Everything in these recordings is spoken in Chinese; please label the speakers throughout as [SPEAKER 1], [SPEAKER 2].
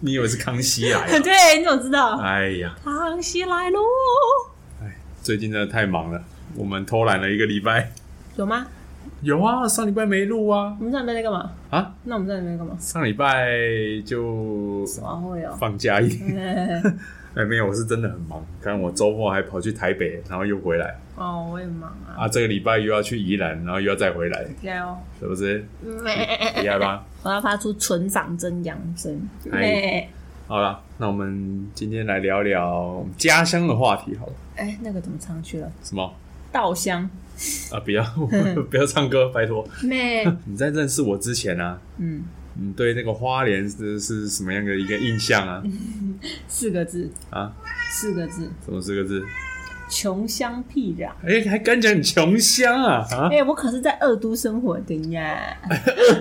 [SPEAKER 1] 你以为是康熙来 了？
[SPEAKER 2] 对，啊你怎么知道？
[SPEAKER 1] 哎呀，
[SPEAKER 2] 康熙来喽，
[SPEAKER 1] 最近真的太忙了，我们偷懒了一个礼拜。
[SPEAKER 2] 有吗？
[SPEAKER 1] 有啊，上礼拜没录啊
[SPEAKER 2] 我们上礼拜在干嘛？
[SPEAKER 1] 啊，
[SPEAKER 2] 那我们上礼拜在干嘛？
[SPEAKER 1] 上礼拜就
[SPEAKER 2] 晚会哦。
[SPEAKER 1] 放假一天。
[SPEAKER 2] 对
[SPEAKER 1] 哎，没有，我是真的很忙。看我周末还跑去台北，然后又回来
[SPEAKER 2] 哦，我也忙啊。
[SPEAKER 1] 啊，这个礼拜又要去宜兰，然后又要再回来，
[SPEAKER 2] 加油！
[SPEAKER 1] 是不是
[SPEAKER 2] 嗯
[SPEAKER 1] 厉害吧？
[SPEAKER 2] 我要发出纯掌声扬声。
[SPEAKER 1] 哎好了，那我们今天来聊聊家乡的话题，好了，
[SPEAKER 2] 哎，那个怎么唱去了？
[SPEAKER 1] 什么
[SPEAKER 2] 稻香。
[SPEAKER 1] 啊？不要 不要唱歌，拜托。
[SPEAKER 2] 妹，
[SPEAKER 1] 你在认识我之前啊，
[SPEAKER 2] 嗯，
[SPEAKER 1] 你对那个花莲是是什么样的一个印象啊？
[SPEAKER 2] 四个字，
[SPEAKER 1] 啊，
[SPEAKER 2] 四个字，
[SPEAKER 1] 什么四个字？
[SPEAKER 2] 穷乡僻壤。
[SPEAKER 1] 哎、还敢讲你穷乡啊？啊，
[SPEAKER 2] 哎、我可是在二都生活的呀。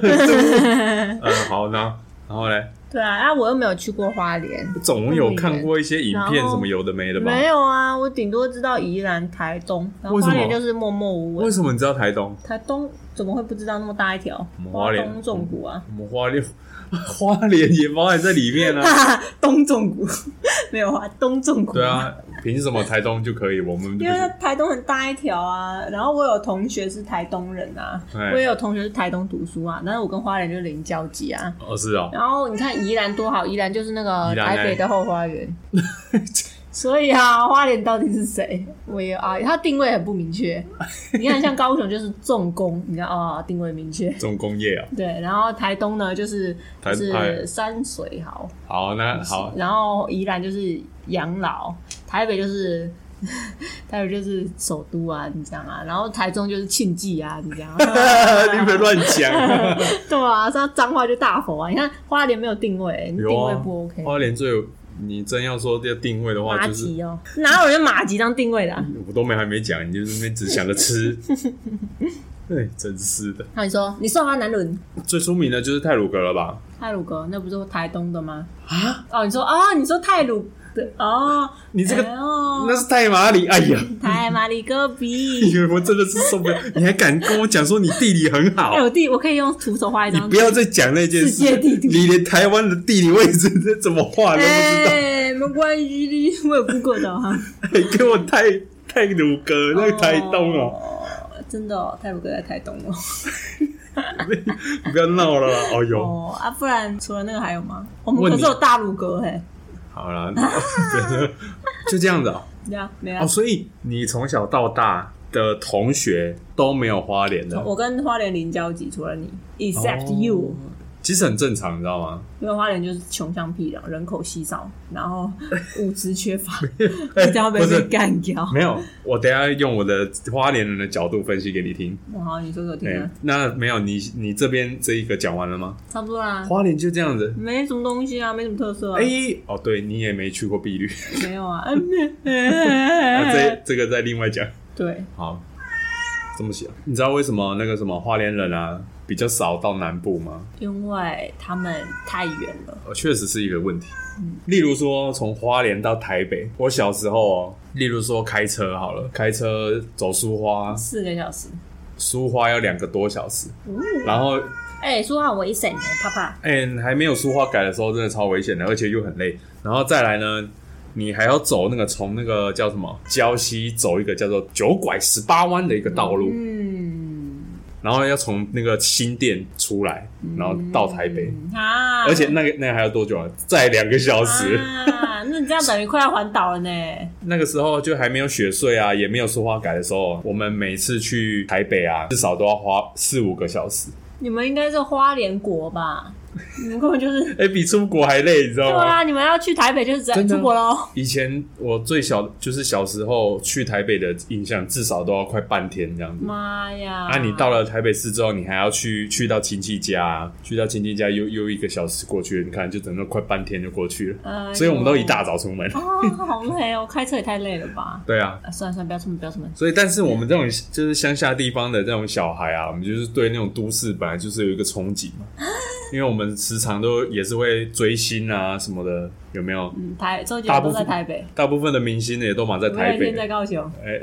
[SPEAKER 1] 呃，好，那然后嘞，
[SPEAKER 2] 对啊，啊，我又没有去过花莲。
[SPEAKER 1] 总有看过一些影片，
[SPEAKER 2] 然后
[SPEAKER 1] 什么有的没的吧？
[SPEAKER 2] 没有啊，我顶多知道宜兰、台东，然后
[SPEAKER 1] 为什么
[SPEAKER 2] 花莲就是默默无
[SPEAKER 1] 为
[SPEAKER 2] 闻。
[SPEAKER 1] 什么你知道台东？
[SPEAKER 2] 台东怎么会不知道那么大一条
[SPEAKER 1] 我？们花
[SPEAKER 2] 花
[SPEAKER 1] 莲
[SPEAKER 2] 东纵谷啊，
[SPEAKER 1] 我们花莲 花莲也包含在里面 啊。
[SPEAKER 2] 哈哈，东纵谷 没有啊，东纵谷。
[SPEAKER 1] 对，啊，凭什么台东就可以？我们就
[SPEAKER 2] 因
[SPEAKER 1] 不
[SPEAKER 2] 为
[SPEAKER 1] 行
[SPEAKER 2] 台东很大一条啊，然后我有同学是台东人啊，
[SPEAKER 1] 哎
[SPEAKER 2] 我也有同学是台东读书啊，但是我跟花莲就是零交集啊。
[SPEAKER 1] 哦是哦，
[SPEAKER 2] 然后你看宜兰多好，宜兰就是那个
[SPEAKER 1] 宜兰
[SPEAKER 2] 台北的后花 园。所以啊，花莲到底是谁？我也啊，它定位很不明确。你看，像高雄就是重工，你看啊、哦，定位明确。
[SPEAKER 1] 重工业啊。
[SPEAKER 2] 对，然后台东呢就是
[SPEAKER 1] 台
[SPEAKER 2] 就是山水好，
[SPEAKER 1] 好，那 好，
[SPEAKER 2] 然后宜兰就是养老，台北就是 台北就是首都啊，你这样啊，然后台中就是庆记啊，你这样、
[SPEAKER 1] 你别乱讲。
[SPEAKER 2] 对啊，像彰化就大佛啊，你看花莲没有定位、你定
[SPEAKER 1] 有
[SPEAKER 2] 位
[SPEAKER 1] 啊
[SPEAKER 2] 不 OK。
[SPEAKER 1] 花莲最有，你真要说要定位的话，
[SPEAKER 2] 马
[SPEAKER 1] 就是
[SPEAKER 2] 吉哦，哪有人马吉当定位的、啊？
[SPEAKER 1] 我都没还没讲，你就是那边只想着 吃。对，真是的。
[SPEAKER 2] 那你说，你
[SPEAKER 1] 啊
[SPEAKER 2] 说华南轮
[SPEAKER 1] 最出名的就是泰鲁阁了吧？
[SPEAKER 2] 泰鲁阁，那不是台东的吗？
[SPEAKER 1] 啊，
[SPEAKER 2] 哦，你说哦，你说泰鲁的哦，
[SPEAKER 1] 你这个、
[SPEAKER 2] 哎呦
[SPEAKER 1] 那是泰马里，哎呀，
[SPEAKER 2] 台马里戈
[SPEAKER 1] 因
[SPEAKER 2] 比。
[SPEAKER 1] 为我真的是受不了，你还敢跟我讲说你地理很好
[SPEAKER 2] 哎、？我弟，我可以用徒手画一
[SPEAKER 1] 你
[SPEAKER 2] 张。
[SPEAKER 1] 不要再讲那件事，
[SPEAKER 2] 世界地图
[SPEAKER 1] 你连台湾的地理位置这怎么画都不知道，
[SPEAKER 2] 哎、没关系的，我有 Google 的哈。
[SPEAKER 1] 哎给我泰泰鲁阁那个台东哦，
[SPEAKER 2] 哦，真的哦，泰鲁阁在台东哦。
[SPEAKER 1] 你不要闹了啦，哦哟，
[SPEAKER 2] 哦啊，不然除了那个还有吗？我们
[SPEAKER 1] 问
[SPEAKER 2] 可
[SPEAKER 1] 你啊
[SPEAKER 2] 是有大鲁阁哎，
[SPEAKER 1] 好啦， 就这样子哦。
[SPEAKER 2] 对啊，没啊
[SPEAKER 1] 哦，。所以你从小到大的同学都没有花莲的，
[SPEAKER 2] 我跟花莲零交集，除了你，except
[SPEAKER 1] 哦
[SPEAKER 2] you。
[SPEAKER 1] 其实很正常，你知道吗？
[SPEAKER 2] 因为花莲就是穷乡僻壤，人口稀少，然后物资缺 乏， 一定要被
[SPEAKER 1] 不是
[SPEAKER 2] 被干掉。
[SPEAKER 1] 没有，我等一下用我的花莲人的角度分析给你听。
[SPEAKER 2] 然后你说说听
[SPEAKER 1] 哎
[SPEAKER 2] 啊，
[SPEAKER 1] 那没有你，你这边这一个讲完了吗？
[SPEAKER 2] 差不多啦，
[SPEAKER 1] 花莲就这样子。
[SPEAKER 2] 没什么东西啊，没什么特啊色啊
[SPEAKER 1] 哎、，哦，对你也没去过 碧绿，
[SPEAKER 2] 没有啊。
[SPEAKER 1] 啊、这这个再另外讲。
[SPEAKER 2] 对，
[SPEAKER 1] 好，这么写，啊你知道为什么那个什么花莲人啊比较少到南部吗？
[SPEAKER 2] 因为他们太远了。
[SPEAKER 1] 呃，确实是一个问题。
[SPEAKER 2] 嗯
[SPEAKER 1] 例如说，从花莲到台北，我小时候哦，例如说开车好了，开车走苏花，
[SPEAKER 2] 四个小时。
[SPEAKER 1] 苏花要两个多小时，
[SPEAKER 2] 哦
[SPEAKER 1] 然后
[SPEAKER 2] 哎、说话危险呢，怕怕。
[SPEAKER 1] 哎、还没有苏花改的时候，真的超危险的，而且又很累。然后再来呢，你还要走那个从那个叫什么礁溪走一个叫做九拐十八弯的一个道路，
[SPEAKER 2] 嗯，
[SPEAKER 1] 然后要从那个新店出来，然后到台北。
[SPEAKER 2] 啊，
[SPEAKER 1] 而且那个那个还要多久啊？再两个小时。
[SPEAKER 2] 啊，那你这样等于快要环岛了呢。
[SPEAKER 1] 那个时候就还没有雪隧啊，也没有说花改的时候，我们每次去台北啊，至少都要花四五个小时。
[SPEAKER 2] 你们应该是花莲国吧？你们根本 就是。
[SPEAKER 1] 哎、比出国还累，你知道
[SPEAKER 2] 对
[SPEAKER 1] 吗？
[SPEAKER 2] 啊，你们要去台北就是这样
[SPEAKER 1] 哦真的
[SPEAKER 2] 出国喽。
[SPEAKER 1] 以前我最小就是小时候去台北的印象，至少都要快半天这样子。
[SPEAKER 2] 妈呀！
[SPEAKER 1] 啊，你到了台北市之后，你还要去去到亲戚家啊、去到亲戚家又又一个小时过去，你看就整个快半天就过去了。
[SPEAKER 2] 哎呦
[SPEAKER 1] 所以我们都一大早出门。
[SPEAKER 2] 哦，好累哦，开车也太累了吧？
[SPEAKER 1] 对啊，
[SPEAKER 2] 啊，算了算了，不要出门，不要出门。
[SPEAKER 1] 所以，但是我们这种就是乡下地方的这种小孩啊，我们就是对那种都市本来就是有一个憧憬嘛，
[SPEAKER 2] 啊
[SPEAKER 1] 因为我们时常都也是会追星啊什么的，有没有？
[SPEAKER 2] 嗯，台周杰
[SPEAKER 1] 大
[SPEAKER 2] 伦
[SPEAKER 1] 部
[SPEAKER 2] 都
[SPEAKER 1] 分
[SPEAKER 2] 在台北，
[SPEAKER 1] 大部分的明星也都嘛在
[SPEAKER 2] 我
[SPEAKER 1] 台
[SPEAKER 2] 那
[SPEAKER 1] 北
[SPEAKER 2] 天，在高雄。
[SPEAKER 1] 哎，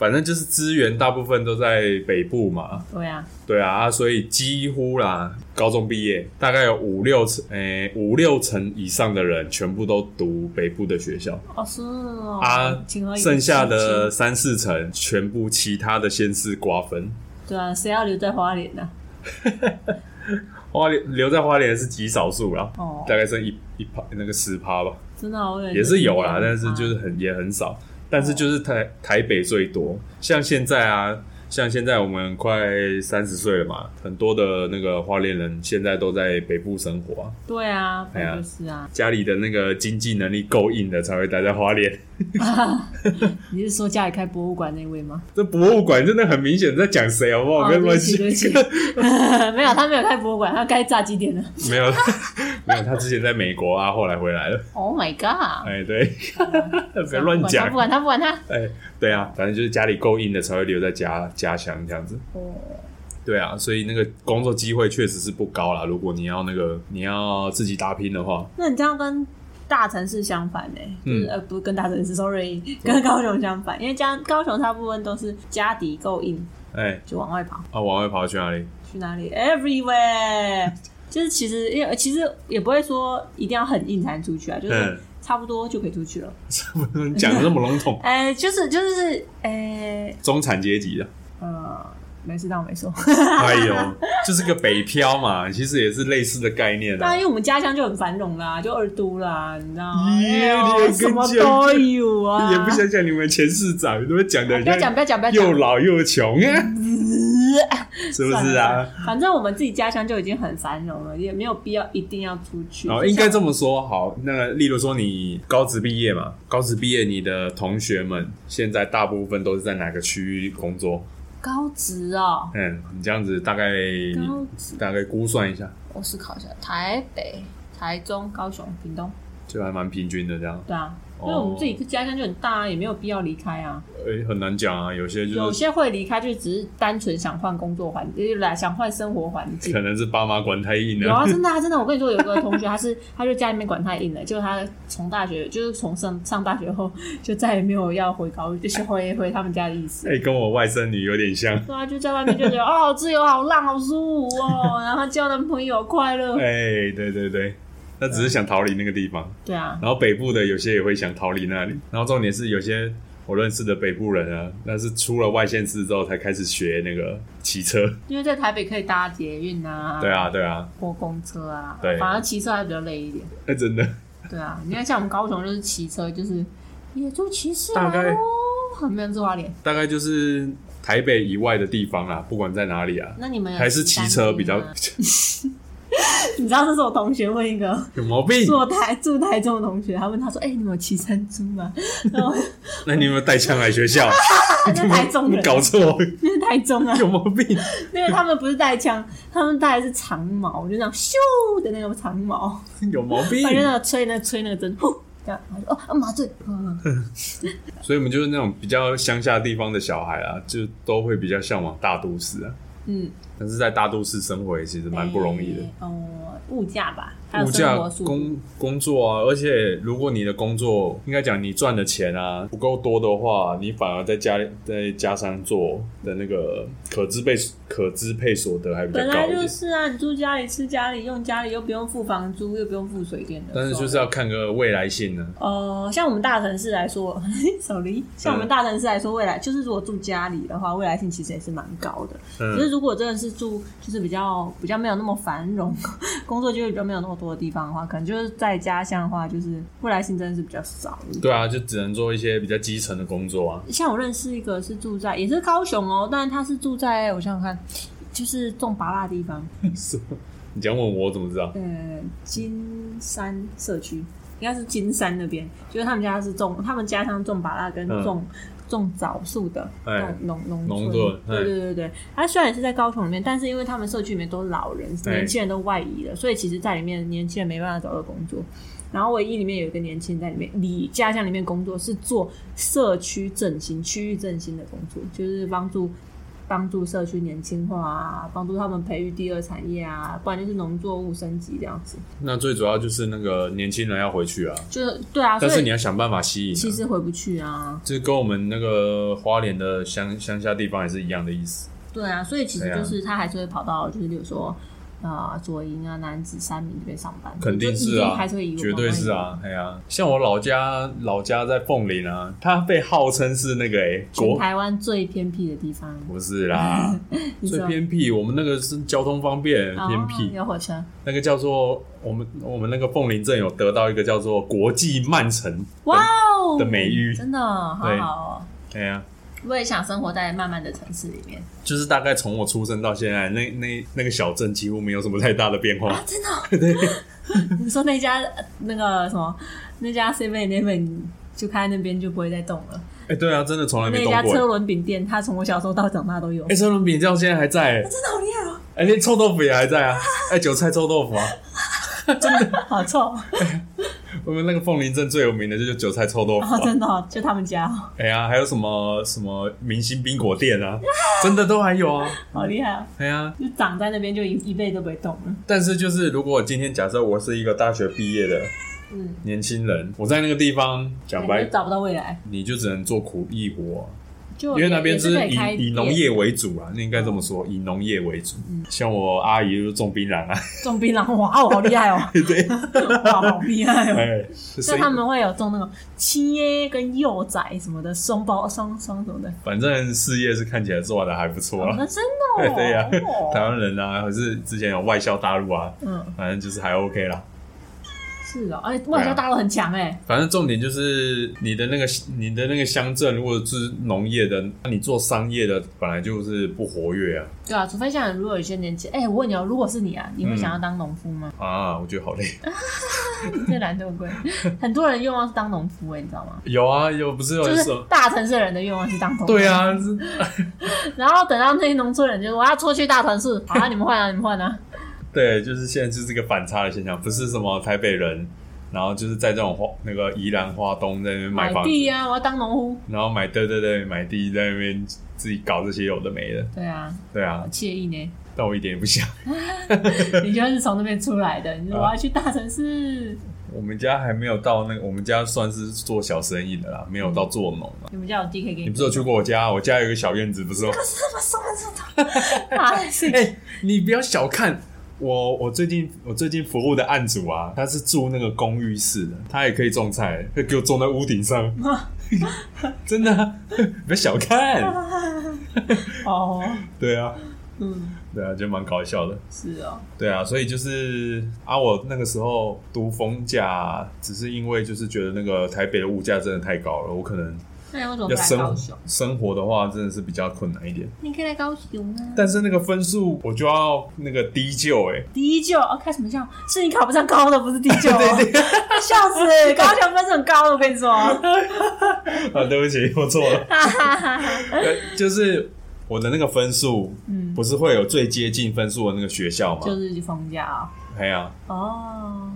[SPEAKER 1] 反正就是资源大部分都在北部嘛，
[SPEAKER 2] 对啊，
[SPEAKER 1] 对啊，啊所以几乎啦，高中毕业，大概有五六成，诶、五六成以上的人全部都读北部的学校
[SPEAKER 2] 哦，是哦，
[SPEAKER 1] 啊
[SPEAKER 2] 情何，以
[SPEAKER 1] 剩下的
[SPEAKER 2] 之
[SPEAKER 1] 三四成全部其他的县市瓜分。
[SPEAKER 2] 对啊，谁要留在花莲啊呢、
[SPEAKER 1] 花莲留在花莲是极少数啦，
[SPEAKER 2] 哦
[SPEAKER 1] 大概剩一一趴那个十趴吧，
[SPEAKER 2] 真的啊，我
[SPEAKER 1] 也是有啦，但是就是
[SPEAKER 2] 嗯
[SPEAKER 1] 是很也很少，但是就是台台北最多，像现在啊。像现在我们快三十岁了嘛，很多的那个花莲人现在都在北部生活啊、
[SPEAKER 2] 对啊，
[SPEAKER 1] 哎
[SPEAKER 2] 本
[SPEAKER 1] 呀
[SPEAKER 2] 来就是啊，
[SPEAKER 1] 家里的那个经济能力够硬的才会待在花莲。
[SPEAKER 2] 你是说家里开博物馆那位吗？
[SPEAKER 1] 这博物馆真的很明显在讲谁好不好？
[SPEAKER 2] 哦
[SPEAKER 1] 不要乱
[SPEAKER 2] 对不起
[SPEAKER 1] 讲
[SPEAKER 2] 对。 没有，他没有开博物馆，他开炸鸡店的。
[SPEAKER 1] 没有，没有，他之前在美国啊，后来回来了。
[SPEAKER 2] Oh my god！
[SPEAKER 1] 哎，对，不要乱讲
[SPEAKER 2] 不。管他，不管他。
[SPEAKER 1] 哎，对啊，反正就是家里够硬的才会留在家家乡这样子。
[SPEAKER 2] 不管他
[SPEAKER 1] 对啊，所以那个工作机会确实是不高啦。如果你要那个你要自己打拼的话，
[SPEAKER 2] 那你这样跟大城市相反呢、就是、
[SPEAKER 1] 嗯
[SPEAKER 2] 呃，不是跟大城市，sorry，跟高雄相反，因为家高雄大部分都是家底够硬
[SPEAKER 1] 哎，
[SPEAKER 2] 就往外跑，
[SPEAKER 1] 啊，往外跑去哪里？
[SPEAKER 2] 去哪里？Everywhere，就是其实因为其实也不会说一定要很硬才能出去啊，就是
[SPEAKER 1] 嗯
[SPEAKER 2] 差不多就可以出去了。
[SPEAKER 1] 不能讲的那么笼统，
[SPEAKER 2] 哎、就是就是哎、
[SPEAKER 1] 中产阶 级的。
[SPEAKER 2] 呃，没事，当我没说。
[SPEAKER 1] 哎呦，就是个北漂嘛，其实也是类似的概念
[SPEAKER 2] 当然，
[SPEAKER 1] 啊
[SPEAKER 2] 因。为我们家乡就很繁荣啦，就二都啦，你知道吗？
[SPEAKER 1] 耶
[SPEAKER 2] 哎
[SPEAKER 1] 你
[SPEAKER 2] 呦
[SPEAKER 1] 也
[SPEAKER 2] 什么
[SPEAKER 1] 跟讲
[SPEAKER 2] 都有啊， 哎
[SPEAKER 1] 也不想想你们前市长，都会讲的
[SPEAKER 2] 不要讲，不要讲，不要讲，
[SPEAKER 1] 又老又穷啊，是不是
[SPEAKER 2] 算
[SPEAKER 1] 啊
[SPEAKER 2] 了？？反正我们自己家乡就已经很繁荣了，也没有必要一定要出去。
[SPEAKER 1] 哦，
[SPEAKER 2] 就像
[SPEAKER 1] 应该这么说。好，那个例如说你高职毕业嘛，高职毕业你的同学们现在大部分都是在哪个区域工作？
[SPEAKER 2] 高职哦，
[SPEAKER 1] 嗯，你这样子大概
[SPEAKER 2] 高职
[SPEAKER 1] 大概估算一下，
[SPEAKER 2] 我思考一下，台北、台中、高雄、屏东，
[SPEAKER 1] 就还蛮平均的这样。
[SPEAKER 2] 对啊，
[SPEAKER 1] 哦
[SPEAKER 2] 因为我们自己家乡就很大啊，也没有必要离开啊。
[SPEAKER 1] 诶、很难讲啊，有些
[SPEAKER 2] 有
[SPEAKER 1] 就是
[SPEAKER 2] 些会离开，就只是单纯想换工作环，就是 来想换生活环境
[SPEAKER 1] 可。能是爸妈管太硬
[SPEAKER 2] 有啊，
[SPEAKER 1] 了。
[SPEAKER 2] 真的啊，真的，我跟你说，有一个同学，他是 他就家里面管太硬了，就他从大学，就是从上上大学后，就再也没有要回高，就是回回他们家的意思
[SPEAKER 1] 哎、。跟我外甥女有点像。
[SPEAKER 2] 对啊，就在外面就觉得哦， 好自由，好浪，好舒服哦，然后交男朋友快乐
[SPEAKER 1] 哎、。对对对，她只是想逃离那个地方。
[SPEAKER 2] 对啊，
[SPEAKER 1] 然后北部的有些也会想逃离那里。然后重点是有些我认识的北部人啊，那是出了外县市之后才开始学那个骑车。
[SPEAKER 2] 因为在台北可以搭捷运啊，
[SPEAKER 1] 对，啊，对啊，
[SPEAKER 2] 或公车啊，
[SPEAKER 1] 对
[SPEAKER 2] 反而骑车还比较累一点。
[SPEAKER 1] 那、真的
[SPEAKER 2] 对啊，你看像我们高雄就是骑车，就是野猪骑士
[SPEAKER 1] 大
[SPEAKER 2] 来
[SPEAKER 1] 概
[SPEAKER 2] 喽，很没人做花脸。
[SPEAKER 1] 大概就是台北以外的地方啦，不管在哪里啊，
[SPEAKER 2] 那你们有
[SPEAKER 1] 还是骑车比较
[SPEAKER 2] 单啊车吗？你知道这是我同学问一 个
[SPEAKER 1] 有毛病。
[SPEAKER 2] 住台住台中的同学，他问他说：“哎、你们有骑山猪吗？”然后
[SPEAKER 1] 那你有没有带枪来学校？
[SPEAKER 2] 他在台中
[SPEAKER 1] 你
[SPEAKER 2] 人，
[SPEAKER 1] 搞错，
[SPEAKER 2] 那是台中啊，
[SPEAKER 1] 有毛病。
[SPEAKER 2] 因为他们不是带枪，他们带的是长矛，就那样咻的那个长矛，
[SPEAKER 1] 有毛病
[SPEAKER 2] 反，正那个吹那个吹那个针，呼这样，然后就哦啊麻醉，嗯，
[SPEAKER 1] 所以我们就是那种比较乡下地方的小孩啊，就都会比较向往大都市啊。
[SPEAKER 2] 嗯，
[SPEAKER 1] 但是在大都市生活也其实蛮不容易的。
[SPEAKER 2] 哎哦，物价吧，还有
[SPEAKER 1] 物价
[SPEAKER 2] 生活速度，
[SPEAKER 1] 工工作啊，而且如果你的工作应该讲你赚的钱啊不够多的话，你反而在家在家商做的那个可支配可支配所得还比较
[SPEAKER 2] 本
[SPEAKER 1] 高
[SPEAKER 2] 来
[SPEAKER 1] 一
[SPEAKER 2] 就
[SPEAKER 1] 点。
[SPEAKER 2] 是啊，你住家里吃家里用家里，又不用付房租，又不用付水电的，
[SPEAKER 1] 但是就是
[SPEAKER 2] sorry
[SPEAKER 1] 要看个未来性啊呢、
[SPEAKER 2] 呃，像我们大城市来说 ，sorry，像我们大城市来说，未来就是如果住家里的话，未来性其实也是蛮高的。
[SPEAKER 1] 嗯
[SPEAKER 2] 可是如果真的是住就是比较比较没有那么繁荣， 工作机会比较没有那么多的地方的话，可能就是在家乡的话，就是未来性真的是比较少一点。
[SPEAKER 1] 对啊，就只能做一些比较基层的工作啊。
[SPEAKER 2] 像我认识一个是住在也是高雄哦，但是他是住在我想想看，就是种拔蜡的地方，
[SPEAKER 1] 是吗你这样问我，我怎么知道？
[SPEAKER 2] 呃，金山社区，应该是金山那边，就是他们家是种，他们家乡种芭乐跟
[SPEAKER 1] 嗯
[SPEAKER 2] 种、种枣树的
[SPEAKER 1] 哎
[SPEAKER 2] 农农
[SPEAKER 1] 农
[SPEAKER 2] 农
[SPEAKER 1] 村
[SPEAKER 2] 村，对
[SPEAKER 1] 哎
[SPEAKER 2] 对对对。它、虽然是在高雄里面，但是因为他们社区里面都是老人，
[SPEAKER 1] 哎
[SPEAKER 2] 年轻人都外移了，所以其实在里面年轻人没办法找到工作。然后唯一里面有一个年轻人在里面，你家乡里面工作是做社区振兴、区域振兴的工作，就是帮助帮助社区年轻化啊，帮助他们培育第二产业啊，不然就是农作物升级这样子。
[SPEAKER 1] 那最主要就是那个年轻人要回去啊，
[SPEAKER 2] 就是对啊，
[SPEAKER 1] 但
[SPEAKER 2] 所
[SPEAKER 1] 是你
[SPEAKER 2] 以
[SPEAKER 1] 要想办法吸引、
[SPEAKER 2] 其
[SPEAKER 1] 啊。
[SPEAKER 2] 实回不去啊，
[SPEAKER 1] 这跟我们那个花莲的乡乡下地方也是一样的意思。
[SPEAKER 2] 对啊，所以其实
[SPEAKER 1] 对啊
[SPEAKER 2] 就是他还是会跑到，就是比如说啊左营啊、南子、三明这边上班，
[SPEAKER 1] 肯定
[SPEAKER 2] 就一
[SPEAKER 1] 是
[SPEAKER 2] 定
[SPEAKER 1] 啊，
[SPEAKER 2] 还是会以我
[SPEAKER 1] 绝对是啊，哎呀、像我老家老家在凤林啊，它被号称是那个哎、
[SPEAKER 2] 妈妈以为。全
[SPEAKER 1] 国
[SPEAKER 2] 台湾最偏僻的地方，
[SPEAKER 1] 不是啦，
[SPEAKER 2] 你知
[SPEAKER 1] 最
[SPEAKER 2] 道
[SPEAKER 1] 偏僻，我们那个是交通方便偏
[SPEAKER 2] 哦
[SPEAKER 1] 僻，
[SPEAKER 2] 有火车，
[SPEAKER 1] 那个叫做我们我们那个凤林镇有得到一个叫做国际慢城，
[SPEAKER 2] 哇哦
[SPEAKER 1] 的美誉
[SPEAKER 2] 真的好
[SPEAKER 1] 对
[SPEAKER 2] 好哦。
[SPEAKER 1] 哎呀、
[SPEAKER 2] 我也想生活在慢慢的城市里面
[SPEAKER 1] 就是大概从我出生到现在，那那那个小镇几乎没有什么太大的变化。
[SPEAKER 2] 啊！真的 哦、你说那家呃那个什么，那家 Seven Eleven 就开在那边就不会再动了。
[SPEAKER 1] 哎、对啊，真的从来没
[SPEAKER 2] 那
[SPEAKER 1] 动
[SPEAKER 2] 家
[SPEAKER 1] 过。
[SPEAKER 2] 车轮饼店，它从我小时候到长大都有
[SPEAKER 1] 哎、，车轮饼到现在 还在、
[SPEAKER 2] 真的好厉害哦！
[SPEAKER 1] 哎、连臭豆腐也还在啊！哎、韭菜臭豆腐啊，
[SPEAKER 2] 好臭哦
[SPEAKER 1] 我们那个凤林镇最有名的就是韭菜臭豆腐、
[SPEAKER 2] 哦，
[SPEAKER 1] 啊。
[SPEAKER 2] 真的、哦，就他们家、哦，
[SPEAKER 1] 哎呀、还有什么什么明星冰果店啊，真的都还有啊。
[SPEAKER 2] 好厉害哦！
[SPEAKER 1] 哎呀、
[SPEAKER 2] 就长在那边就一一辈子都不会动了。
[SPEAKER 1] 但是就是如果今天假设我是一个大学毕业的
[SPEAKER 2] 嗯，
[SPEAKER 1] 年轻人，我在那个地方讲
[SPEAKER 2] 感
[SPEAKER 1] 白
[SPEAKER 2] 觉，找不到未来，
[SPEAKER 1] 你就只能做苦力活啊、
[SPEAKER 2] 就
[SPEAKER 1] 因为
[SPEAKER 2] 也
[SPEAKER 1] 那边
[SPEAKER 2] 也是
[SPEAKER 1] 是
[SPEAKER 2] 可以开
[SPEAKER 1] 以以农
[SPEAKER 2] 店嗯
[SPEAKER 1] 业为主啊，那应该这么说，以农业为主。像我阿姨就是种槟榔啊，！
[SPEAKER 2] 种槟榔，哇哦，好厉 害哦
[SPEAKER 1] 对，
[SPEAKER 2] 哇，好厉害哦！
[SPEAKER 1] 哎， 所
[SPEAKER 2] 所
[SPEAKER 1] 以
[SPEAKER 2] 以他们会有种那种青椰跟幼崽什么的，双胞双双什么的，
[SPEAKER 1] 反正事业是看起来做的还不错
[SPEAKER 2] 那
[SPEAKER 1] 了。
[SPEAKER 2] 真的、哦，
[SPEAKER 1] 对呀、
[SPEAKER 2] 哦
[SPEAKER 1] 台湾人啊，还是之前有外销大陆啊，
[SPEAKER 2] 嗯，
[SPEAKER 1] 反正就是还 OK 啦。
[SPEAKER 2] 是哦，而且
[SPEAKER 1] 啊
[SPEAKER 2] 外销大陆很强哎、
[SPEAKER 1] 反正重点就是你的那个你的那个乡镇，如果是农业的，那你做商业的本来就是不活跃啊
[SPEAKER 2] 对啊，除非像如果有一些年纪，哎、我问你哦，如果是你啊，你会想要当农夫 吗？
[SPEAKER 1] 啊，我觉得好 累。
[SPEAKER 2] 你这懒惰鬼，很多人愿望是当农夫哎、你知道吗？
[SPEAKER 1] 有啊有，不是有
[SPEAKER 2] 就是
[SPEAKER 1] 说
[SPEAKER 2] 大城市人的愿望是当农夫，
[SPEAKER 1] 对啊，是
[SPEAKER 2] 然后等到那些农村人就我要出去大城市，好啊，你们换啊，你们换啊，
[SPEAKER 1] 对，就是现在就是这个反差的现象，不是什么台北人，然后就是在这种花那个宜兰花东在那边买
[SPEAKER 2] 买
[SPEAKER 1] 房子，
[SPEAKER 2] 地啊，我要当农夫，
[SPEAKER 1] 然后买对对对买地在那边自己搞这些有的没的，
[SPEAKER 2] 对啊，
[SPEAKER 1] 对啊，
[SPEAKER 2] 惬意呢。
[SPEAKER 1] 但我一点也不想。
[SPEAKER 2] 你就是从那边出来的，你说我要去大城市，
[SPEAKER 1] 我们家还没有到那个，我们家算是做小生意的啦，没有到做农啊。
[SPEAKER 2] 你们家有地可以给
[SPEAKER 1] 你不
[SPEAKER 2] 你
[SPEAKER 1] 是 有去过我家？我家有一个小院子，不是吗？
[SPEAKER 2] 什么什么什么大城市
[SPEAKER 1] 哎、你不要小看我，我最近我最近服务的案主啊，他是住那个公寓式的，他也可以种菜，他给我种在屋 顶上，真的、啊，不要小看，
[SPEAKER 2] 哦，
[SPEAKER 1] 对啊，
[SPEAKER 2] 嗯，
[SPEAKER 1] 对啊，就蛮搞笑的，
[SPEAKER 2] 是哦，
[SPEAKER 1] 对啊，所以就是啊，我那个时候读逢甲，只是因为就是觉得那个台北的物价真的太高了，我可能
[SPEAKER 2] 那你为什么不
[SPEAKER 1] 要
[SPEAKER 2] 来高
[SPEAKER 1] 生
[SPEAKER 2] 雄？
[SPEAKER 1] 生活的话，真的是比较困难一点。
[SPEAKER 2] 你可以来高雄啊。
[SPEAKER 1] 但是那个分数我就要那个低就 哎、
[SPEAKER 2] 第一就哦，开什么笑？是你考不上高的，不是第九、哦。 笑死、高雄分数很高的，我跟你 说。
[SPEAKER 1] 啊，对不起，我错了。
[SPEAKER 2] 哈哈哈哈
[SPEAKER 1] 呃就是我的那个分数，
[SPEAKER 2] 嗯，
[SPEAKER 1] 不是会有最接近分数的那个学校吗？
[SPEAKER 2] 就是放假啊、
[SPEAKER 1] 哎呀、
[SPEAKER 2] 哦。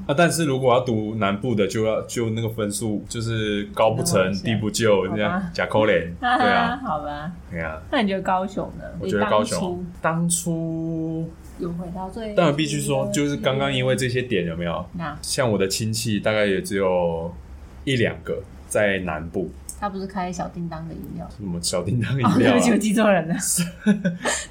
[SPEAKER 1] 啊，但是如果要读南部的，就要就那个分数就是高不成低不就，
[SPEAKER 2] 好吧
[SPEAKER 1] 这样假扣脸。对
[SPEAKER 2] 哈哈，
[SPEAKER 1] 啊，
[SPEAKER 2] 好吧，
[SPEAKER 1] 哎呀、
[SPEAKER 2] 那你觉得高雄呢？
[SPEAKER 1] 我觉
[SPEAKER 2] 你
[SPEAKER 1] 得高
[SPEAKER 2] 当
[SPEAKER 1] 雄
[SPEAKER 2] 初
[SPEAKER 1] 当初，
[SPEAKER 2] 有回到最，
[SPEAKER 1] 但我必须说，就是刚刚因为这些点有没有？
[SPEAKER 2] 那
[SPEAKER 1] 像我的亲戚大概也只有一两个在南部，
[SPEAKER 2] 他不是开小叮当的饮料。
[SPEAKER 1] 什么小叮当饮
[SPEAKER 2] 哦， 对
[SPEAKER 1] 料、
[SPEAKER 2] 不起，我
[SPEAKER 1] 啊。
[SPEAKER 2] 记错人了。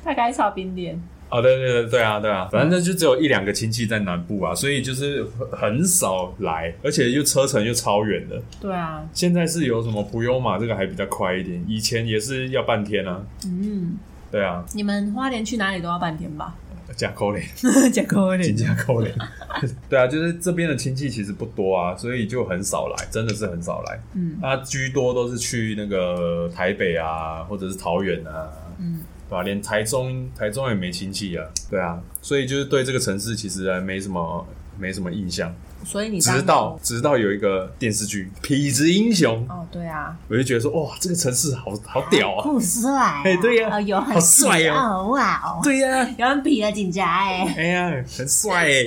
[SPEAKER 2] 他开炒冰店，
[SPEAKER 1] 哦，对对对对啊，对啊，反正就只有一两个亲戚在南部啊，所以就是很很少来，而且又车程又超远的。
[SPEAKER 2] 对啊，
[SPEAKER 1] 现在是有什么普悠玛这个还比较快一点，以前也是要半天啊。
[SPEAKER 2] 嗯，
[SPEAKER 1] 对啊，
[SPEAKER 2] 你们花莲去哪里都要半天吧？
[SPEAKER 1] 加扣脸，
[SPEAKER 2] 假可
[SPEAKER 1] 金，加扣脸。 对啊，就是这边的亲戚其实不多啊，所以就很少来，真的是很少来。
[SPEAKER 2] 嗯
[SPEAKER 1] 那居多都是去那个台北啊，或者是桃园啊，
[SPEAKER 2] 嗯，
[SPEAKER 1] 对吧、连台中，台中也没亲戚啊，对啊，所以就是对这个城市其实还没什么没什么印象，
[SPEAKER 2] 所以你当
[SPEAKER 1] 直到直到有一个电视剧《痞子英雄》，
[SPEAKER 2] 哦，对啊，
[SPEAKER 1] 我就觉得说，哇，这个城市好好屌啊，
[SPEAKER 2] 酷斯来，
[SPEAKER 1] 哎对呀
[SPEAKER 2] 哦有很
[SPEAKER 1] 好帅哦
[SPEAKER 2] 自傲，哇哦，
[SPEAKER 1] 对呀、
[SPEAKER 2] 有很痞的警察哎，
[SPEAKER 1] 哎呀，很帅哎、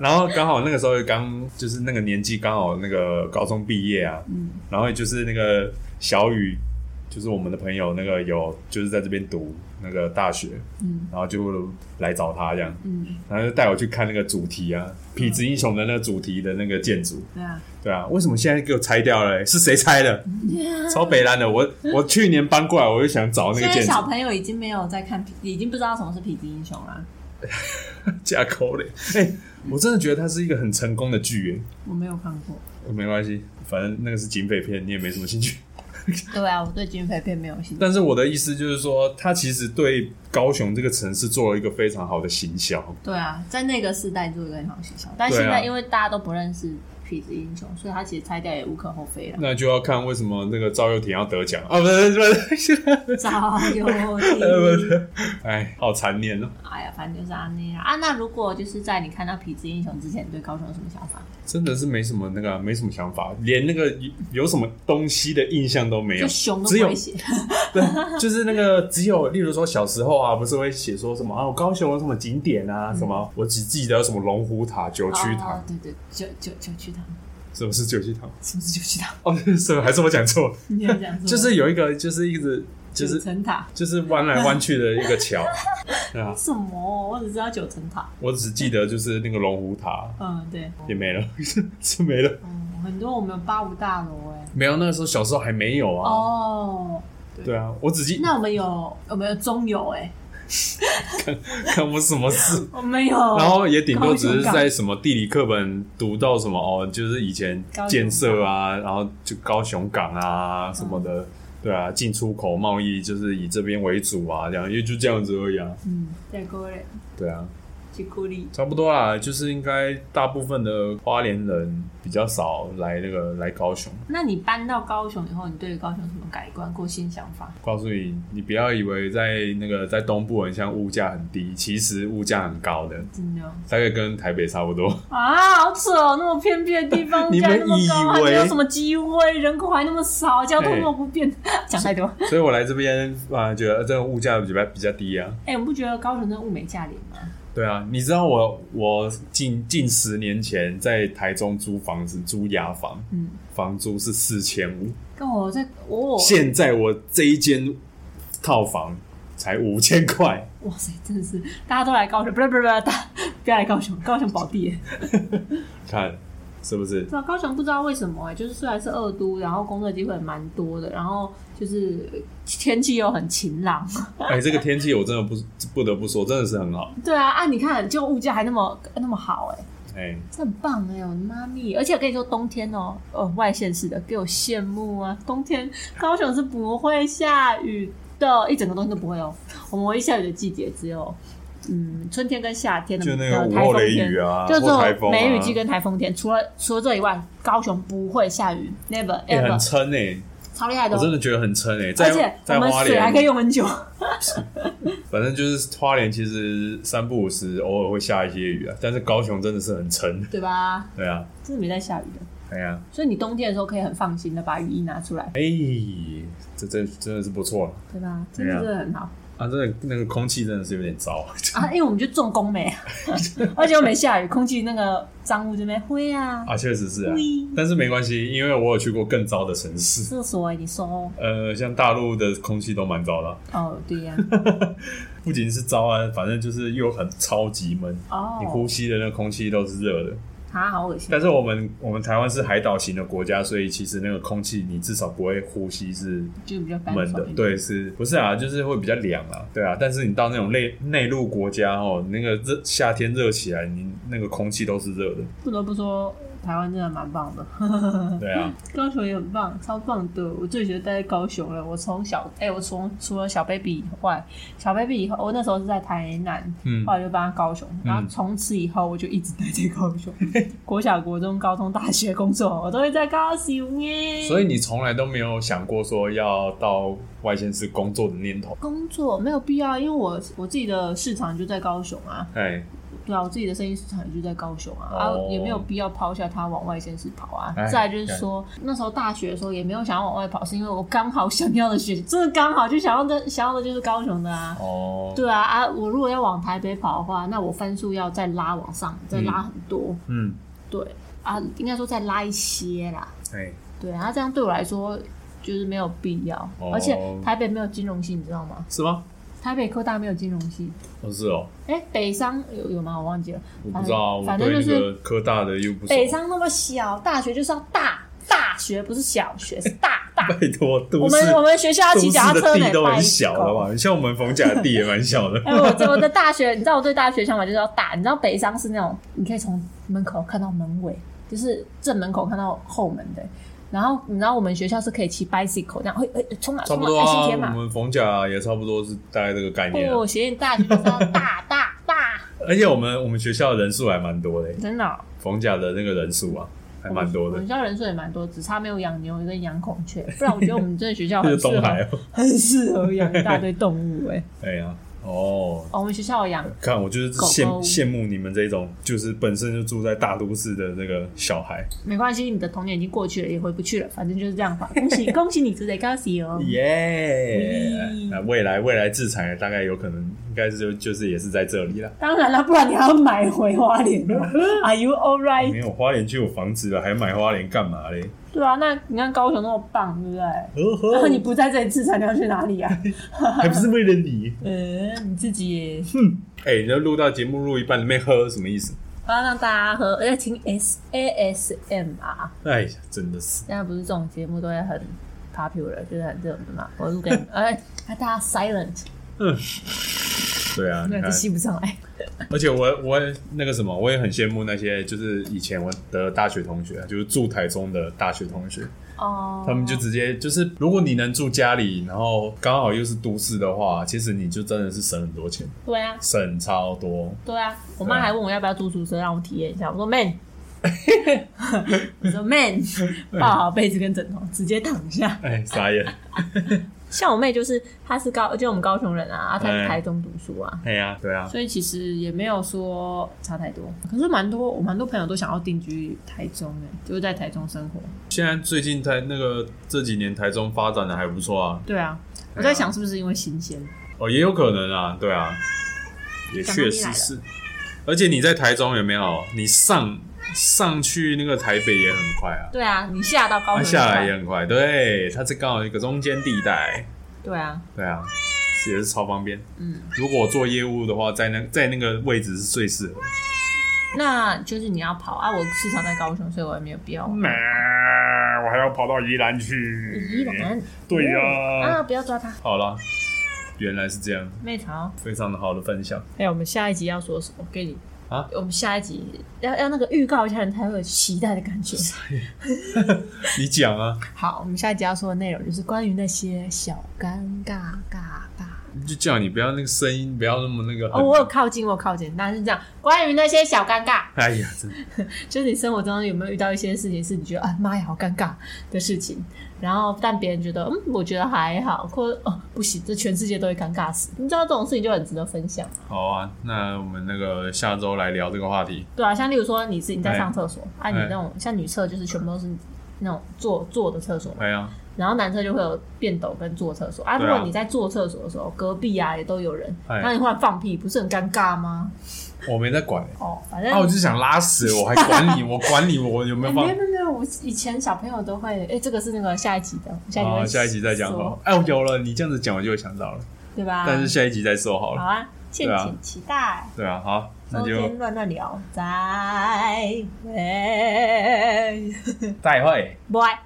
[SPEAKER 1] 然后刚好那个时候刚就是那个年纪刚好那个高中毕业啊，
[SPEAKER 2] 嗯
[SPEAKER 1] 然后就是那个小雨，就是我们的朋友，那个有就是在这边读那个大学，
[SPEAKER 2] 嗯
[SPEAKER 1] 然后就来找他这样，
[SPEAKER 2] 嗯，
[SPEAKER 1] 然后就带我去看那个主题啊，《痞子英雄》的那个主题的那个建筑，
[SPEAKER 2] 对啊，
[SPEAKER 1] 对啊，为什么现在给我拆掉了欸、是谁拆的？超北蓝的，我我去年搬过来，我就想找那
[SPEAKER 2] 现
[SPEAKER 1] 个
[SPEAKER 2] 在
[SPEAKER 1] 建筑
[SPEAKER 2] 小，朋友已经没有在看，已经不知道什么是痞子英雄啦。
[SPEAKER 1] 架口嘞。哎、我真的觉得它是一个很成功的剧耶。
[SPEAKER 2] 我没有看过。
[SPEAKER 1] 没关系，反正那个是警匪片，你也没什么兴趣。
[SPEAKER 2] 对啊，我对警匪片没有兴趣。
[SPEAKER 1] 但是我的意思就是说，它其实对高雄这个城市做了一个非常好的行销。
[SPEAKER 2] 对啊，在那个时代做一个很好学校，但
[SPEAKER 1] 对啊
[SPEAKER 2] 现在因为大家都不认识痞子英雄，所以他其实拆掉也无可厚非 了。
[SPEAKER 1] 那就要看为什么那个赵又廷要得奖啊！不是不是，
[SPEAKER 2] 早有
[SPEAKER 1] 不
[SPEAKER 2] 听，
[SPEAKER 1] 是，哎，好残念哦！
[SPEAKER 2] 哎呀，反正就是安妮啦。啊，那如果就是在你看到痞子英雄之前，你对高雄有什么想法？
[SPEAKER 1] 真的是没什么那个，啊没什么想法，连那个有有什么东西的印象都没有
[SPEAKER 2] 就。熊都
[SPEAKER 1] 只
[SPEAKER 2] 不
[SPEAKER 1] 有
[SPEAKER 2] 会写，哦
[SPEAKER 1] 对，就是那个只有，例如说小时候啊，不是会写说什么啊，我高雄有什么景点啊，什么，我只记得有什么龙虎塔、九曲堂，
[SPEAKER 2] 嗯哦对对，九九九曲堂，
[SPEAKER 1] 是不是九曲堂？
[SPEAKER 2] 是不是九曲堂？
[SPEAKER 1] 哦，是吗还是我讲错了？
[SPEAKER 2] 你要讲什么
[SPEAKER 1] 就是有一个，就是一直就是
[SPEAKER 2] 九层塔。
[SPEAKER 1] 就是弯来弯去的一个桥 啊，
[SPEAKER 2] 什么？我只知道九层塔。
[SPEAKER 1] 我只记得就是那个龙虎塔
[SPEAKER 2] 嗯，对，
[SPEAKER 1] 也没了， 是没了，
[SPEAKER 2] 嗯，很多我们有八五大楼哎、
[SPEAKER 1] 没有。那个时候小时候还没有啊，
[SPEAKER 2] 哦，
[SPEAKER 1] 对啊，我只记
[SPEAKER 2] 那我们有我们有中友哎、
[SPEAKER 1] 看 我什么事。
[SPEAKER 2] 我们有，
[SPEAKER 1] 然后也顶多只
[SPEAKER 2] 高
[SPEAKER 1] 是
[SPEAKER 2] 雄港
[SPEAKER 1] 在什么地理课本读到什么哦，就是以前建设啊，然后就高雄港啊什么的，对啊，进出口贸易就是以这边为主啊，这样也就这样子而已啊，
[SPEAKER 2] 嗯，在国内
[SPEAKER 1] 对啊，
[SPEAKER 2] 去鼓励，
[SPEAKER 1] 差不多啦，就是应该大部分的花莲人比较少来那个来高雄。
[SPEAKER 2] 那你搬到高雄以后，你对高雄有什么改观或新想法？
[SPEAKER 1] 告诉你，你不要以为在那个在东部很像物价很低，其实物价很高的，
[SPEAKER 2] 真的
[SPEAKER 1] 大概跟台北差不多。
[SPEAKER 2] 啊，好扯哦！那么偏僻的地 方，
[SPEAKER 1] 你
[SPEAKER 2] 物价
[SPEAKER 1] 们
[SPEAKER 2] 那么高，还
[SPEAKER 1] 以为
[SPEAKER 2] 没有什么机会，人口还那么少，交通那么不 便，讲太多。
[SPEAKER 1] 所以我来这边啊，觉得呃这个物价比较比较低啊。
[SPEAKER 2] 哎、我不觉得高雄真的物美价廉吗？
[SPEAKER 1] 对啊，你知道我我近近十年前在台中租房子，租雅房，
[SPEAKER 2] 嗯，
[SPEAKER 1] 房租是四千五，
[SPEAKER 2] 跟我在我、
[SPEAKER 1] 现在我这一间套房才五千块，
[SPEAKER 2] 哇塞，真的是大家都来高雄，不是不是不是，大不要来高雄，高雄宝地耶。
[SPEAKER 1] 看是不 是？
[SPEAKER 2] 对啊，高雄不知道为什么哎、就是虽然是二都，然后工作机会蛮多的，然后就是天气又很晴朗。
[SPEAKER 1] 哎、这个天气我真的不不得不说，真的是很好。
[SPEAKER 2] 对啊，啊，你看就物价还那么那么好哎、
[SPEAKER 1] 哎、
[SPEAKER 2] 这很棒哎、我的妈咪！而且我跟你说，冬天哦、哦，外县市的给我羡慕啊！冬天高雄是不会下雨的，一整个冬天都不会哦、我们唯一下雨的季节只有嗯春天跟夏天的
[SPEAKER 1] 就那个
[SPEAKER 2] 的嗯
[SPEAKER 1] 午
[SPEAKER 2] 台
[SPEAKER 1] 后
[SPEAKER 2] 风
[SPEAKER 1] 雷
[SPEAKER 2] 天
[SPEAKER 1] 雨啊，
[SPEAKER 2] 就只
[SPEAKER 1] 或台风
[SPEAKER 2] 有
[SPEAKER 1] 啊，
[SPEAKER 2] 梅雨季跟台风天，除了除了这以外，高雄不会下雨，never
[SPEAKER 1] 哎、很
[SPEAKER 2] ever，
[SPEAKER 1] 撑哎、
[SPEAKER 2] 超厉害的
[SPEAKER 1] 我真
[SPEAKER 2] 哦。
[SPEAKER 1] 的觉得很撑哎、
[SPEAKER 2] 而
[SPEAKER 1] 在
[SPEAKER 2] 且我
[SPEAKER 1] 在
[SPEAKER 2] 们
[SPEAKER 1] 花
[SPEAKER 2] 水还可以
[SPEAKER 1] 莲，
[SPEAKER 2] 用很 久，
[SPEAKER 1] 反正就是花莲，其实三不五时偶尔会下一些雨啊，但是高雄真的是很撑，
[SPEAKER 2] 对吧？
[SPEAKER 1] 对啊，
[SPEAKER 2] 真的没在下雨的，
[SPEAKER 1] 哎呀、
[SPEAKER 2] 所以你冬天的时候可以很放心的把雨衣拿出来，
[SPEAKER 1] 哎、这真真的是不错了
[SPEAKER 2] 对吧？真的
[SPEAKER 1] 对啊
[SPEAKER 2] 真的很好
[SPEAKER 1] 啊！真的那个空气真的是有点糟，
[SPEAKER 2] 啊，因为我们就重工美，而且又没下雨，空气那个脏污这边灰啊，
[SPEAKER 1] 啊，确实是啊
[SPEAKER 2] 灰。
[SPEAKER 1] 但是没关系，因为我有去过更糟的城市，
[SPEAKER 2] 厕所哎，你说
[SPEAKER 1] 呃，像大陆的空气都蛮糟的啊，
[SPEAKER 2] 哦，对 呀，
[SPEAKER 1] 不仅是糟啊，反正就是又很超级闷，你
[SPEAKER 2] 哦
[SPEAKER 1] 呼，吸的那个空气都是热的。
[SPEAKER 2] 啊，好恶心，
[SPEAKER 1] 但是我们我们台湾是海岛型的国家，所以其实那个空气你至少不会呼吸是
[SPEAKER 2] 就比较干
[SPEAKER 1] 闷
[SPEAKER 2] 爽
[SPEAKER 1] 的
[SPEAKER 2] 一，点，
[SPEAKER 1] 对，是不是啊？就是会比较凉啊，对啊。但是你到那种内内陆国家哦，那个热夏天热起来，你那个空气都是热的，
[SPEAKER 2] 不得不说，台湾真的蛮棒的。 嗯
[SPEAKER 1] 对啊。
[SPEAKER 2] 高雄也很棒，超棒的！我最喜欢待在高雄了。我从小，哎、我从除了小 baby 以外，小 baby 以后，我那时候是在台南，
[SPEAKER 1] 嗯
[SPEAKER 2] 后来就搬到高雄，然后从此以后我就一直待在高 雄，国小、国中、高中、大学、工作，我都会在高雄耶。
[SPEAKER 1] 所以你从来都没有想过说要到外县市工作的念头，
[SPEAKER 2] 工作没有必要，因为我我自己的市场就在高雄啊，
[SPEAKER 1] 哎
[SPEAKER 2] 对啊，我自己的生意市场也就在高雄啊，
[SPEAKER 1] 哦
[SPEAKER 2] 啊也没有必要抛下它往外县市跑啊
[SPEAKER 1] 哎。
[SPEAKER 2] 再来就是说，那时候大学的时候也没有想要往外跑，是因为我刚好想要的学，真的刚好就想要的想要的就是高雄的啊。
[SPEAKER 1] 哦，
[SPEAKER 2] 对啊啊！我如果要往台北跑的话，那我分数要再拉往上，再拉很多。
[SPEAKER 1] 嗯，
[SPEAKER 2] 对啊，应该说再拉一些啦。
[SPEAKER 1] 哎，
[SPEAKER 2] 对啊，这样对我来说就是没有必要，
[SPEAKER 1] 哦
[SPEAKER 2] 而且台北没有金融系，你知道吗？
[SPEAKER 1] 是吗？
[SPEAKER 2] 台北科大没有金融系。
[SPEAKER 1] 哦，是哦，
[SPEAKER 2] 哎、北商有有吗？我忘记了。
[SPEAKER 1] 我不知道，我
[SPEAKER 2] 哎反正
[SPEAKER 1] 对
[SPEAKER 2] 就
[SPEAKER 1] 那
[SPEAKER 2] 是
[SPEAKER 1] 个科大的又不熟
[SPEAKER 2] 北商那么小，大学就是要大大学，不是小学，是大大。
[SPEAKER 1] 拜托，
[SPEAKER 2] 我
[SPEAKER 1] 都市
[SPEAKER 2] 们我们学校要
[SPEAKER 1] 都
[SPEAKER 2] 骑
[SPEAKER 1] 市
[SPEAKER 2] 脚踏
[SPEAKER 1] 的
[SPEAKER 2] 车呢，
[SPEAKER 1] 地都
[SPEAKER 2] 白
[SPEAKER 1] 很小
[SPEAKER 2] 狗
[SPEAKER 1] 了吧？像我们逢甲的地也蛮小
[SPEAKER 2] 。
[SPEAKER 1] 的
[SPEAKER 2] 哎，我在我的大学，你知道我对大学想法就是要大。你知道北商是那种你可以从门口看到门尾，就是正门口看到后门的。然后你知道我们学校是可以骑 bicycle 这样，会哎冲啊
[SPEAKER 1] 差
[SPEAKER 2] 冲
[SPEAKER 1] 不
[SPEAKER 2] 啊，
[SPEAKER 1] 多
[SPEAKER 2] 爱心
[SPEAKER 1] 啊，
[SPEAKER 2] 天马
[SPEAKER 1] 我。们逢甲也差不多是大概这个概念啊、
[SPEAKER 2] 不，学院大学就是要大大大，
[SPEAKER 1] 而且我们我们学校的人数还蛮多的，
[SPEAKER 2] 真的哦、
[SPEAKER 1] 逢甲的那个人数啊，还蛮多
[SPEAKER 2] 我
[SPEAKER 1] 的
[SPEAKER 2] 们。学校人数也蛮多，只差没有养牛跟养孔雀，不然我觉得我们这个学 校
[SPEAKER 1] 那
[SPEAKER 2] 很
[SPEAKER 1] 是
[SPEAKER 2] 适
[SPEAKER 1] 东海
[SPEAKER 2] 合，
[SPEAKER 1] 哦，
[SPEAKER 2] 很适合养一大堆动物、哎，
[SPEAKER 1] 哎呀，哦，
[SPEAKER 2] 哦，我们学校有养
[SPEAKER 1] 看我就是
[SPEAKER 2] 狗狗
[SPEAKER 1] 羡羡慕你们这种，就是本身就住在大都市的那个小孩，
[SPEAKER 2] 没关系，你的童年已经过去了，也回不去了，反正就是这样吧。恭喜恭喜你，值得高喜哦！
[SPEAKER 1] 耶
[SPEAKER 2] 嗯
[SPEAKER 1] 那未来未来制裁大概有可能，应该是就就是也是在这里啦。
[SPEAKER 2] 当然了，不然你还要买回花莲 哦。Are you alright？
[SPEAKER 1] 没有花莲就有房子了，还买花莲干嘛嘞？
[SPEAKER 2] 对啊，那你看高雄那么棒，对不对？
[SPEAKER 1] 呵
[SPEAKER 2] 然
[SPEAKER 1] 呵
[SPEAKER 2] 后，你不在这里自残，你要去哪里啊？
[SPEAKER 1] 哦 还不是为了你？
[SPEAKER 2] 呃，你自己 也
[SPEAKER 1] 哎、你要录到节目录一半没喝，什么意思？
[SPEAKER 2] 我要让大家喝，而且听 S A S M R。
[SPEAKER 1] 哎呀，真的是
[SPEAKER 2] 现在不是这种节目都会很 popular，就是很热门嘛。我录给你 们，哎，那大家 silent，
[SPEAKER 1] 哎对啊，你
[SPEAKER 2] 对，
[SPEAKER 1] 看
[SPEAKER 2] 就，吸不上来。
[SPEAKER 1] 而且我我那个什么，我也很羡慕那些就是以前我的大学同学，就是住台中的大学同学，
[SPEAKER 2] 哦，
[SPEAKER 1] 他们就直接就是，如果你能住家里，然后刚好又是都市的话，其实你就真的是省很多钱，
[SPEAKER 2] 对啊，
[SPEAKER 1] 省超多。
[SPEAKER 2] 对啊，我
[SPEAKER 1] 对
[SPEAKER 2] 妈
[SPEAKER 1] 啊
[SPEAKER 2] 还问我要不要租宿舍让我体验一 下，我说 man，我说 man，抱 好被子跟枕头直接躺下。
[SPEAKER 1] 哎，傻眼。
[SPEAKER 2] 像我妹就是，她是高，就我们高雄人啊，啊她是
[SPEAKER 1] 哎
[SPEAKER 2] 台中读书啊，
[SPEAKER 1] 哎呀，对啊，
[SPEAKER 2] 所以其实也没有说差太多。可是蛮多，我蛮多朋友都想要定居台中诶、就是在台中生活。
[SPEAKER 1] 现在最近台那个这几年台中发展的还不错啊，
[SPEAKER 2] 对啊，我
[SPEAKER 1] 对
[SPEAKER 2] 在
[SPEAKER 1] 啊
[SPEAKER 2] 想是不是因为新鲜？
[SPEAKER 1] 哦，也有可能啊，对啊，也
[SPEAKER 2] 讲
[SPEAKER 1] 确
[SPEAKER 2] 到你来
[SPEAKER 1] 实
[SPEAKER 2] 了
[SPEAKER 1] 是。而且你在台中有没有？你上上去那个台北也很快啊，
[SPEAKER 2] 对啊，你下到高
[SPEAKER 1] 它
[SPEAKER 2] 雄
[SPEAKER 1] 下来
[SPEAKER 2] 去
[SPEAKER 1] 也
[SPEAKER 2] 吧
[SPEAKER 1] 很快，对，它是刚好一个中间地带，
[SPEAKER 2] 对啊，
[SPEAKER 1] 对啊，也是超方便。
[SPEAKER 2] 嗯，
[SPEAKER 1] 如果我做业务的话，在那在那个位置是最适合的。
[SPEAKER 2] 那就是你要跑啊，我市场在高雄，所以我也没有必要。
[SPEAKER 1] 我还要跑到宜兰去
[SPEAKER 2] 宜兰，
[SPEAKER 1] 对呀
[SPEAKER 2] 啊，不要抓他，
[SPEAKER 1] 好了，原来是这样，
[SPEAKER 2] 妹潮。
[SPEAKER 1] 非常的好的分享。
[SPEAKER 2] 还有我们下一集要说什么？给你
[SPEAKER 1] 啊
[SPEAKER 2] 我们下一集要要那个预告一下，人才会有期待的感觉。
[SPEAKER 1] 你讲啊，
[SPEAKER 2] 好，我们下一集要说的内容就是关于那些小尴尬尬尬。
[SPEAKER 1] 就叫你不要那个声音，不要那么那个很。
[SPEAKER 2] 哦，我有靠近，我有靠近，但是这样。关于那些小尴尬，
[SPEAKER 1] 哎呀，真的
[SPEAKER 2] 就是你生活中有没有遇到一些事情是你觉得啊妈呀好尴尬的事情，然后但别人觉得嗯我觉得还好，或者哦不行，这全世界都会尴尬死。你知道这种事情就很值得分享。
[SPEAKER 1] 好啊，那我们那个下周来聊这个话题。
[SPEAKER 2] 对啊，像例如说你自己在上厕所，啊，
[SPEAKER 1] 哎
[SPEAKER 2] 你那种像女厕就是全部都是那种坐坐的厕所，
[SPEAKER 1] 哎呀，
[SPEAKER 2] 然后男厕就会有便斗跟坐厕所啊。
[SPEAKER 1] 对
[SPEAKER 2] 如
[SPEAKER 1] 啊
[SPEAKER 2] 果你在坐厕所的时候，隔壁啊也都有人，
[SPEAKER 1] 哎
[SPEAKER 2] 那你忽然放屁，不是很尴尬吗？
[SPEAKER 1] 我没在管、
[SPEAKER 2] 哦，反
[SPEAKER 1] 欸，
[SPEAKER 2] 正
[SPEAKER 1] 啊，我就想拉屎，我还管你，我管你，我有没
[SPEAKER 2] 哎没
[SPEAKER 1] 有放
[SPEAKER 2] 有？没有没有，我以前小朋友都会，哎，这个是那个下一集的，下一集
[SPEAKER 1] 好，
[SPEAKER 2] 会
[SPEAKER 1] 哦下一集再讲
[SPEAKER 2] 说
[SPEAKER 1] 好了。哎，有了，你这样子讲我就会想到了，
[SPEAKER 2] 对吧？
[SPEAKER 1] 但是下一集再说好
[SPEAKER 2] 好
[SPEAKER 1] 了。
[SPEAKER 2] 啊，敬
[SPEAKER 1] 对啊
[SPEAKER 2] 请期待。
[SPEAKER 1] 对啊，好，那
[SPEAKER 2] 周
[SPEAKER 1] 就
[SPEAKER 2] 天乱乱聊，再会，
[SPEAKER 1] 再会。
[SPEAKER 2] 拜。